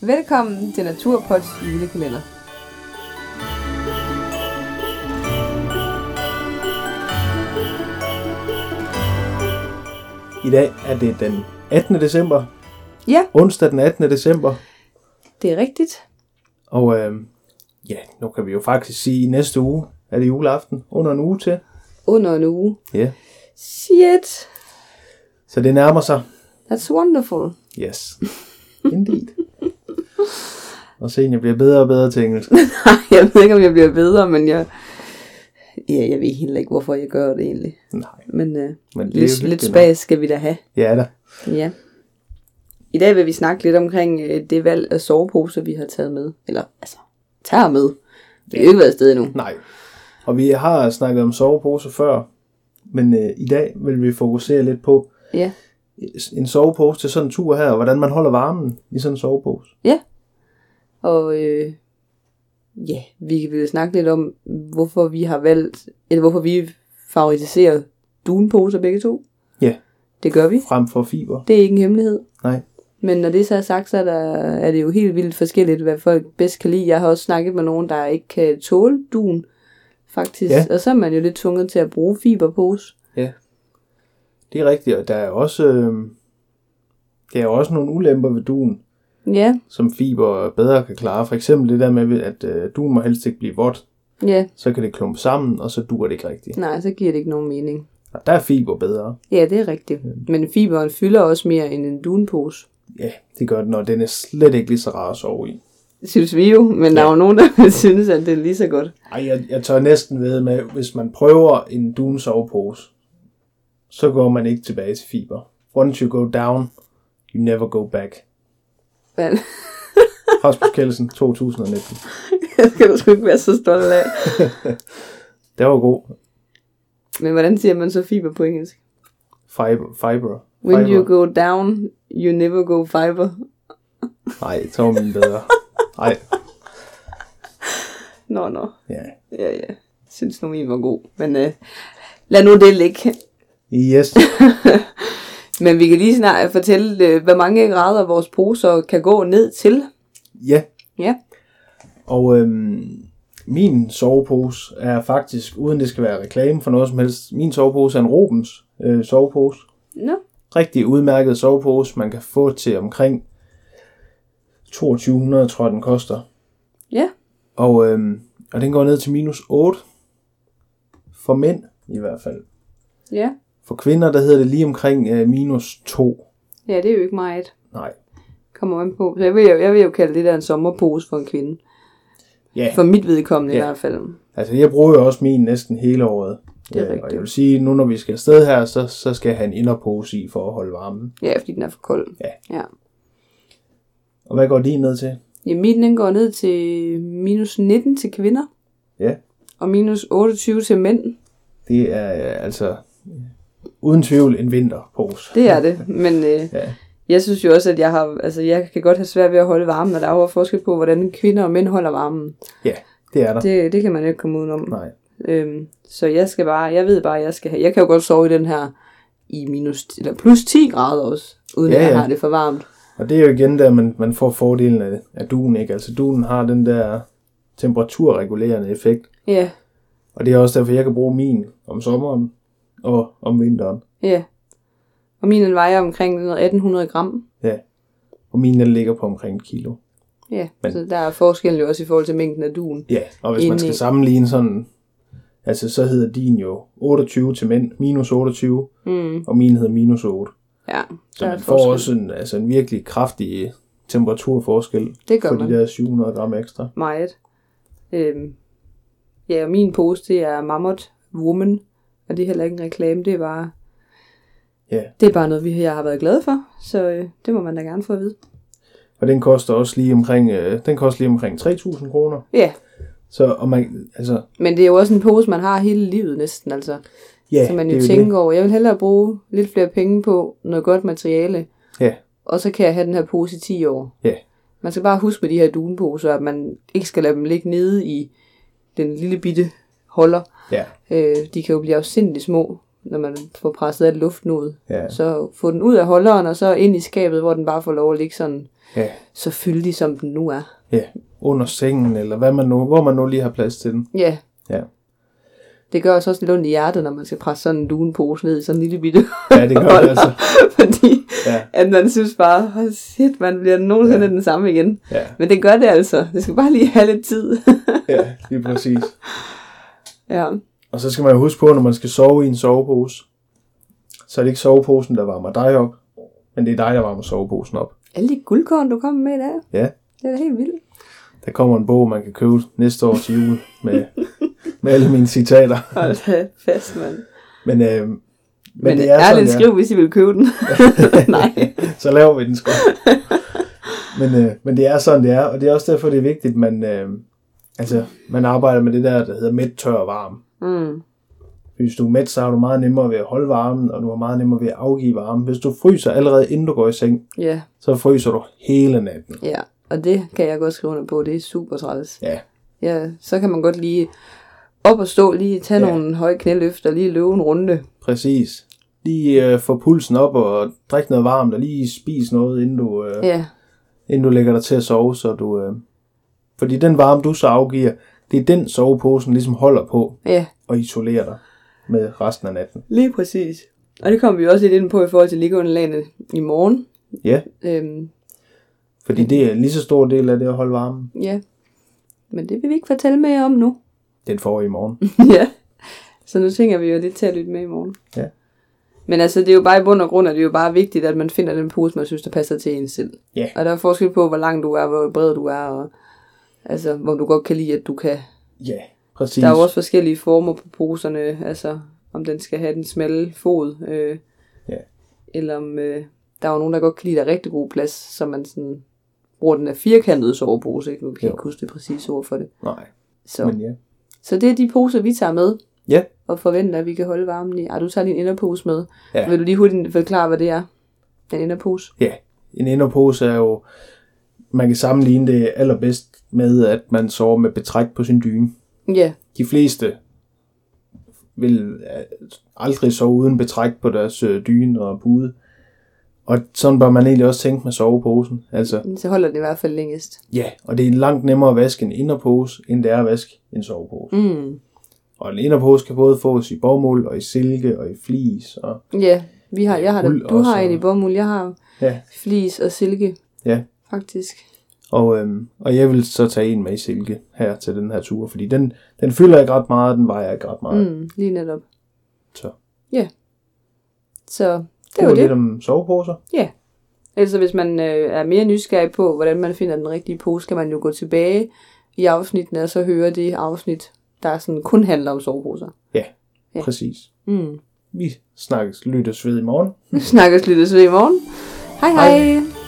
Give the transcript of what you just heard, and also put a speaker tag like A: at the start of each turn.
A: Velkommen til Naturpods julekalender.
B: I dag er det den 18. december,
A: Ja,
B: onsdag den 18. december,
A: det er rigtigt.
B: og øh, ja, nu kan vi jo faktisk sige, at i næste uge er det juleaften, under en uge til.
A: Under en uge.
B: Ja.
A: Shit,
B: Så det nærmer sig.
A: that's wonderful.
B: Yes. Indeed. Og sen jeg bliver bedre og bedre til engelsk.
A: jeg ved ikke, om jeg bliver bedre, men jeg... Ja, jeg ved heller ikke, hvorfor jeg gør det egentlig.
B: Nej,
A: Men, øh,
B: men det
A: lidt,
B: er jo
A: lidt
B: hyggeligt nok.
A: spas skal vi da have.
B: Ja da.
A: Ja. I dag vil vi snakke lidt omkring øh, det valg af soveposer, vi har taget med. Eller, altså, tager med. Det er jo ikke været afsted endnu.
B: Nej. Og vi har snakket om soveposer før, men øh, i dag vil vi fokusere lidt på øh,
A: Ja.
B: en sovepose til sådan en tur her, og hvordan man holder varmen i sådan en sovepose.
A: Og øh, ja, vi vil snakke lidt om, hvorfor vi har valgt, eller hvorfor vi favoritiserer dunposer begge to.
B: Ja.
A: Det gør vi.
B: Frem for fiber.
A: Det er ikke en hemmelighed.
B: Nej.
A: Men når det så er sagt, så er, der, er det jo helt vildt forskelligt, hvad folk bedst kan lide. Jeg har også snakket med nogen, der ikke kan tåle dun, faktisk.
B: Ja.
A: Og så er man jo lidt tvunget til at bruge fiberpose.
B: Det er rigtigt, og der er også, øh, der er også nogle ulemper ved duen,
A: Ja,
B: som fiber bedre kan klare. For eksempel det der med, at øh, duen må helst ikke blive vådt,
A: ja.
B: så kan det klumpe sammen, og så dur det ikke rigtigt.
A: Nej, så giver det ikke nogen mening.
B: Og der er fiber bedre.
A: Ja, det er rigtigt. Men fiberen fylder også mere end en dunpose.
B: Ja, det gør den, og den er slet ikke lige så rar at sove i.
A: Synes vi jo, men der er jo nogen, der synes, at det er lige så godt.
B: Ej, jeg, jeg tør næsten ved med, hvis man prøver en dun sovepose, så går man ikke tilbage til fiber. Once you go down, you never go back.
A: Men
B: Rasmus Kelsen, 2019.
A: jeg skal du sgu ikke være så stolt af.
B: Det var god.
A: Men hvordan siger man så fiber på engelsk?
B: Fiber. Fiber.
A: When
B: fiber.
A: you go down, you never go fiber.
B: Nej, så var min bedre. Nej,
A: Nå, nå.
B: ja.
A: Ja, ja. Jeg synes nu, min var god. Men øh, lad nu det ligge.
B: Yes,
A: Men vi kan lige snart fortælle, øh, hvor mange grader vores poser kan gå ned til.
B: ja.
A: Ja.
B: Og øhm, min sovepose er faktisk, uden det skal være reklame for noget som helst, min sovepose er en Robens øh, sovepose.
A: Nå.
B: Rigtig udmærket sovepose, man kan få til omkring 2200, tror jeg den koster.
A: Ja.
B: Og, øhm, og den går ned til minus 8. For mænd i hvert fald.
A: Ja.
B: For kvinder, der hedder det lige omkring øh, minus 2.
A: Ja, det er jo ikke meget.
B: Nej.
A: Kommer man på. Så jeg vil, jo, jeg vil jo kalde det der en sommerpose for en kvinde.
B: Ja,
A: For mit vedkommende ja. i
B: Ja.
A: hvert fald.
B: Altså, jeg bruger jo også min næsten hele året.
A: Det er
B: Øh, Og
A: rigtigt.
B: jeg vil sige, nu når vi skal afsted her, så, så skal jeg have en inderpose i for at holde varmen.
A: Ja, fordi den er for kold.
B: Ja.
A: ja.
B: Og hvad går de ned til?
A: Ja, min den går ned til minus 19 til kvinder.
B: Ja.
A: Og minus 28 til mænd.
B: Det er øh, altså uden tvivl en vinterpose.
A: Det er det. Men øh,
B: Ja.
A: jeg synes jo også, at jeg, har, altså, jeg kan godt have svært ved at holde varmen, og der er jo forskel på, hvordan kvinder og mænd holder varmen.
B: Ja, det er der. Det...
A: Det, det kan man jo ikke komme udenom.
B: Nej.
A: Øhm, så jeg skal bare, jeg ved bare, jeg skal have, jeg kan jo godt sove i den her i minus, eller plus 10 grader også, uden ja,
B: Ja,
A: at jeg
B: ja.
A: har det for varmt.
B: Og det er jo igen der, man, man får fordelen af, af duen, ikke? Altså, duen har den der temperaturregulerende effekt.
A: Ja,
B: Og det er også derfor, jeg kan bruge min om sommeren og om vinteren.
A: ja. Og min den vejer omkring 1800 gram.
B: Og min, den ligger på omkring et kilo.
A: Ja,
B: Men-
A: så der er forskellen jo også i forhold til mængden af duen.
B: Ja, og hvis man
A: Indeni.
B: skal sammenligne sådan, altså så hedder din jo 28 til mænd, minus 28,
A: Mm,
B: og min hedder minus 8.
A: ja,
B: Så
A: der
B: man
A: er
B: får
A: forskel.
B: også en, altså en virkelig kraftig temperaturforskel
A: Det gør
B: for
A: man.
B: de der 700 gram ekstra.
A: meget. Øhm, ja, og min pose, det er Mammut Woman, og det er heller ikke en reklame, det er bare,
B: Ja,
A: det er bare noget, vi, jeg har været glad for, så øh, det må man da gerne få at vide.
B: og den koster også lige omkring, øh, den koster lige omkring 3.000 kroner.
A: Ja,
B: Så, og man, altså,
A: men det er jo også en pose, man har hele livet næsten, altså.
B: ja,
A: så man
B: det er
A: jo
B: det.
A: tænker over, jeg vil hellere bruge lidt flere penge på noget godt materiale,
B: Ja,
A: og så kan jeg have den her pose i 10 år.
B: Ja.
A: Man skal bare huske med de her dunposer, at man ikke skal lade dem ligge nede i den lille bitte holder.
B: ja,
A: Øh, de kan jo blive afsindelig små, når man får presset al luften ud.
B: Ja.
A: Så få den ud af holderen, og så ind i skabet, hvor den bare får lov at ligge sådan,
B: ja.
A: så fyldig som den nu er.
B: Ja, under sengen, eller hvad man nu, hvor man nu lige har plads til den.
A: Ja,
B: Ja,
A: det gør også også lidt ondt i hjertet, når man skal presse sådan en dunepose ned i sådan en lille bitte
B: ja det gør det altså.
A: fordi
B: Ja,
A: at man synes bare, oh shit, man bliver nogensinde ja. den samme igen.
B: ja,
A: Men det gør det altså. Det skal bare lige have lidt tid.
B: ja, lige præcis.
A: ja.
B: Og så skal man jo huske på, når man skal sove i en sovepose, så er det ikke soveposen, der varmer dig op, men det er dig, der varmer soveposen op.
A: Alle de guldkorn, du kom med i dag,
B: Ja,
A: det er da helt vildt.
B: der kommer en bog, man kan købe næste år til jul med, med alle mine citater.
A: Hold da fast, mand.
B: Men, øh, men,
A: Men,
B: det
A: det
B: er,
A: er lidt
B: sådan,
A: skriv, hvis I vil købe den. Nej.
B: ja. så laver vi den sgu. men, øh, men det er sådan, det er, og det er også derfor, det er vigtigt, man, øh, altså, man arbejder med det der, der hedder mæt, tør og varm.
A: Mm.
B: Hvis du er mæt, så har du meget nemmere ved at holde varmen, og du har meget nemmere ved at afgive varmen. Hvis du fryser allerede inden du går i seng,
A: Ja,
B: så fryser du hele natten.
A: ja. Og det kan jeg godt skrive under på. Det er super træls.
B: Ja,
A: Ja, så kan man godt lige op og stå, lige tage
B: Ja.
A: ja. nogle høje knæløft og lige løbe en runde.
B: præcis. Lige øh, få pulsen op og drik noget varmt, og lige spis noget, inden du, øh,
A: Ja,
B: inden du lægger dig til at sove. Så du, øh, fordi den varme, du så afgiver, det er den soveposen ligesom holder på
A: ja.
B: og isolerer dig med resten af natten.
A: Lige præcis. Og det kommer vi også lidt ind på i forhold til liggeunderlagene i morgen.
B: Ja,
A: Øhm,
B: fordi det er en lige så stor del af det at holde varmen.
A: Ja. Men det vil vi ikke fortælle mere om nu.
B: Den får I i morgen.
A: ja. Så nu tænker vi jo lidt til at lytte med i morgen.
B: Ja.
A: Men altså, det er jo bare i bund og grund, at det er jo bare vigtigt, at man finder den pose, man synes, der passer til en selv.
B: Ja.
A: Og der er forskel på, hvor lang du er, hvor bred du er, og altså, hvor du godt kan lide, at du kan.
B: Ja, præcis.
A: Der er jo også forskellige former på poserne, altså om den skal have den smalle fod, øh,
B: Ja.
A: eller om øh, der er jo nogen, der godt kan lide, at der er rigtig god plads, så man sådan bruger den der firkantede sovepose, ikke? Nu kan jeg
B: Jo.
A: ikke huske det præcise ord for det.
B: Nej,
A: Så.
B: men ja.
A: Så det er de poser, vi tager med.
B: Ja.
A: Og forventer, at vi kan holde varmen i. Ej, du tager din inderpose med.
B: Ja.
A: Vil du lige hurtigt forklare, hvad det er? En inderpose?
B: Ja, en inderpose er jo, man kan sammenligne det allerbedst med, at man sover med betræk på sin dyne.
A: Ja,
B: De fleste vil øh, aldrig sove uden betræk på deres øh, dyne og pude. Og sådan bør man egentlig også tænke med soveposen. Altså,
A: så holder det i hvert fald længest.
B: ja, og det er langt nemmere at vaske en inderpose, end det er at vaske en sovepose.
A: Mm.
B: Og en inderpose kan både fås i bomuld, og i silke, og i flis, og
A: Ja, vi har, jeg har det.
B: Uld
A: Du har
B: også.
A: en i bomuld, jeg har
B: ja,
A: flis og silke,
B: ja.
A: faktisk.
B: Og, øhm, og jeg vil så tage en med i silke her til den her tur, fordi den, den fylder ikke ret meget, og den vejer ikke ret meget. Mm.
A: Mm, lige netop.
B: Så
A: Så
B: det,
A: det
B: det
A: var
B: var lidt
A: det.
B: om soveposer.
A: Ja. Altså hvis man øh, er mere nysgerrig på, hvordan man finder den rigtige pose, kan man jo gå tilbage i afsnittene, og så høre det afsnit, der sådan kun handler om soveposer.
B: Ja,
A: Ja.
B: ja, præcis.
A: Mm.
B: Vi snakkes, lyttes ved i morgen.
A: snakkes lyttes ved i morgen. Hej hej. hej.